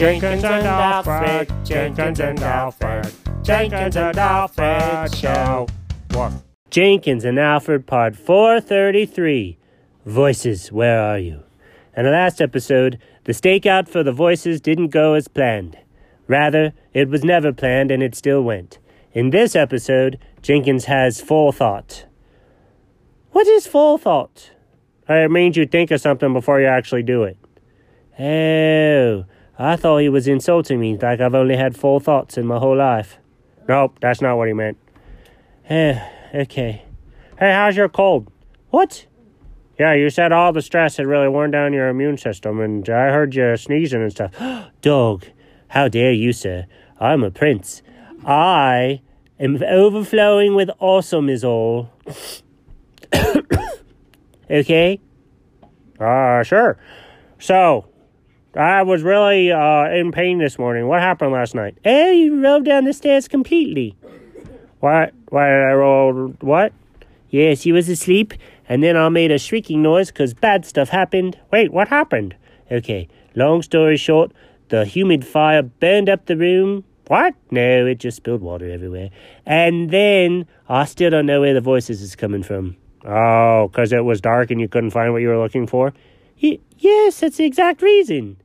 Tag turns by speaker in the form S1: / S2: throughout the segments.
S1: Jenkins and Alfred, Jenkins and Alfred, Jenkins and Alfred Show. What? Jenkins and Alfred, part 433. Voices, where are you? In the last episode, the stakeout for the voices didn't go as planned. Rather, it was never planned and it still went. In this episode, Jenkins has forethought. What is forethought? It means you think of something before you actually do it. Oh, I thought he was insulting me like I've only had four thoughts in my whole life. Nope, that's not what he meant. Eh, okay. Hey, how's your cold? What? Yeah, you said all the stress had really worn down your immune system, and I heard you sneezing and stuff. Dog, how dare you, sir? I'm a prince. I am overflowing with awesome, is all. okay? Uh, sure. So, I was really uh, in pain this morning. What happened last night? Eh, you rolled down the stairs completely. What? Why did I roll? What? Yes, he was asleep, and then I made a shrieking noise because bad stuff happened. Wait, what happened? Okay, long story short, the humid fire burned up the room. What? No, it just spilled water everywhere. And then I still don't know where the voices is coming from. Oh, because it was dark and you couldn't find what you were looking for? Y- yes, that's the exact reason.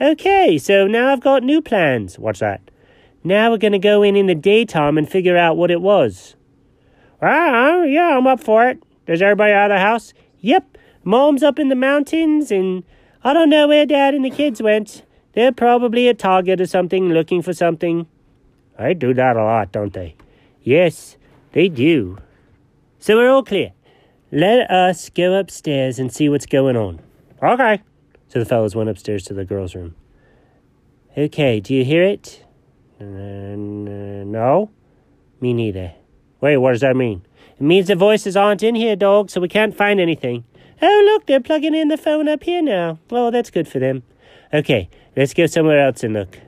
S1: Okay, so now I've got new plans. What's that? Now we're going to go in in the daytime and figure out what it was. Ah, yeah, I'm up for it. Is everybody out of the house? Yep. Mom's up in the mountains, and I don't know where Dad and the kids went. They're probably at Target or something looking for something. They do that a lot, don't they? Yes, they do. So we're all clear. Let us go upstairs and see what's going on. Okay. So the fellows went upstairs to the girls' room. Okay, do you hear it? Uh, n- no? Me neither. Wait, what does that mean? It means the voices aren't in here, dog, so we can't find anything. Oh, look, they're plugging in the phone up here now. Well, that's good for them. Okay, let's go somewhere else and look.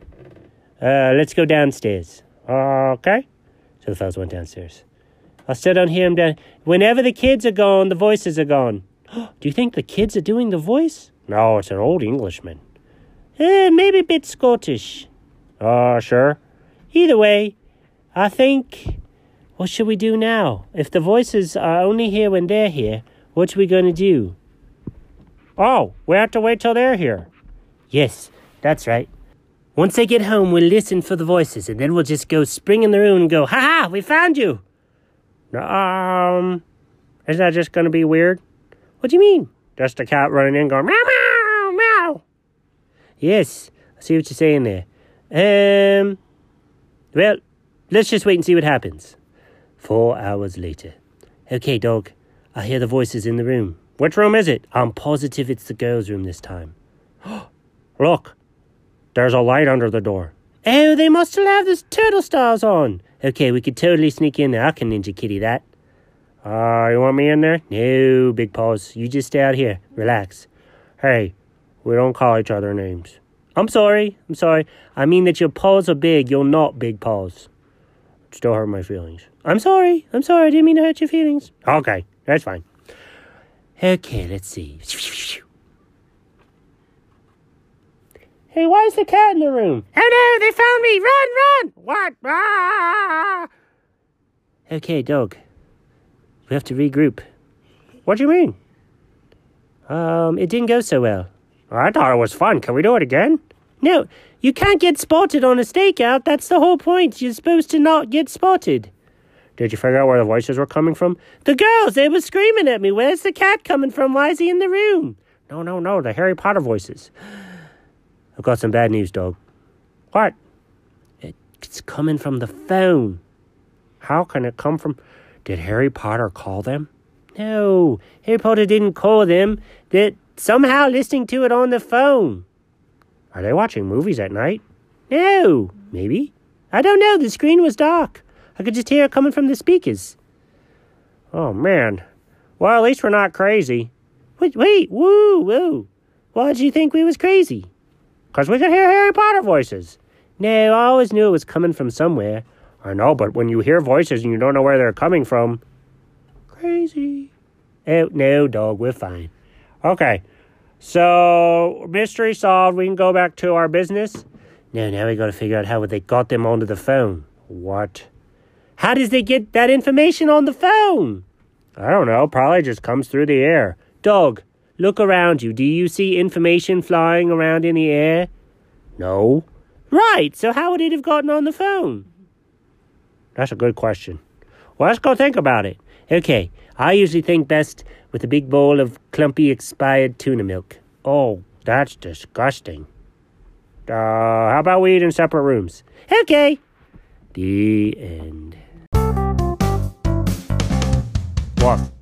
S1: Uh, let's go downstairs. Okay. So the fellows went downstairs. I still don't hear him down. Whenever the kids are gone, the voices are gone. Do you think the kids are doing the voice? No, it's an old Englishman. Eh, maybe a bit Scottish. Ah, sure. Either way, I think. What should we do now? If the voices are only here when they're here, what are we going to do? Oh, we have to wait till they're here. Yes, that's right. Once they get home, we'll listen for the voices, and then we'll just go spring in the room and go, "Ha ha! We found you!" Um, is that just going to be weird? What do you mean? Just a cat running in going, meow, meow, meow. Yes, I see what you're saying there. Um, well, let's just wait and see what happens. Four hours later. Okay, dog, I hear the voices in the room. Which room is it? I'm positive it's the girls' room this time. Look, there's a light under the door. Oh, they must still have those turtle stars on. Okay, we could totally sneak in there. I can ninja kitty that. Uh, you want me in there? No, Big Paws. You just stay out here. Relax. Hey, we don't call each other names. I'm sorry. I'm sorry. I mean that your paws are big. You're not Big Paws. It still hurt my feelings. I'm sorry. I'm sorry. I didn't mean to hurt your feelings. Okay, that's fine. Okay, let's see. Hey, why is the cat in the room? Oh no, they found me! Run, run! What? Ah! Okay, dog. We have to regroup. What do you mean? Um, it didn't go so well. I thought it was fun. Can we do it again? No, you can't get spotted on a stakeout. That's the whole point. You're supposed to not get spotted. Did you figure out where the voices were coming from? The girls, they were screaming at me. Where's the cat coming from? Why is he in the room? No, no, no, the Harry Potter voices. I've got some bad news, dog. What? It's coming from the phone. How can it come from? Did Harry Potter call them? No, Harry Potter didn't call them. That somehow listening to it on the phone. Are they watching movies at night? No, maybe. I don't know. The screen was dark. I could just hear it coming from the speakers. Oh man. Well, at least we're not crazy. Wait, wait, woo, woo. Why'd you think we was crazy? Because we could hear Harry Potter voices. No, I always knew it was coming from somewhere. I know, but when you hear voices and you don't know where they're coming from. Crazy. Oh, no, dog, we're fine. Okay, so mystery solved. We can go back to our business. No, now we got to figure out how they got them onto the phone. What? How does they get that information on the phone? I don't know. Probably just comes through the air. Dog, look around you. Do you see information flying around in the air? No. Right. So how would it have gotten on the phone? That's a good question. Well, let's go think about it. Okay. I usually think best with a big bowl of clumpy expired tuna milk. Oh, that's disgusting. Uh, how about we eat in separate rooms? Okay. The end. What?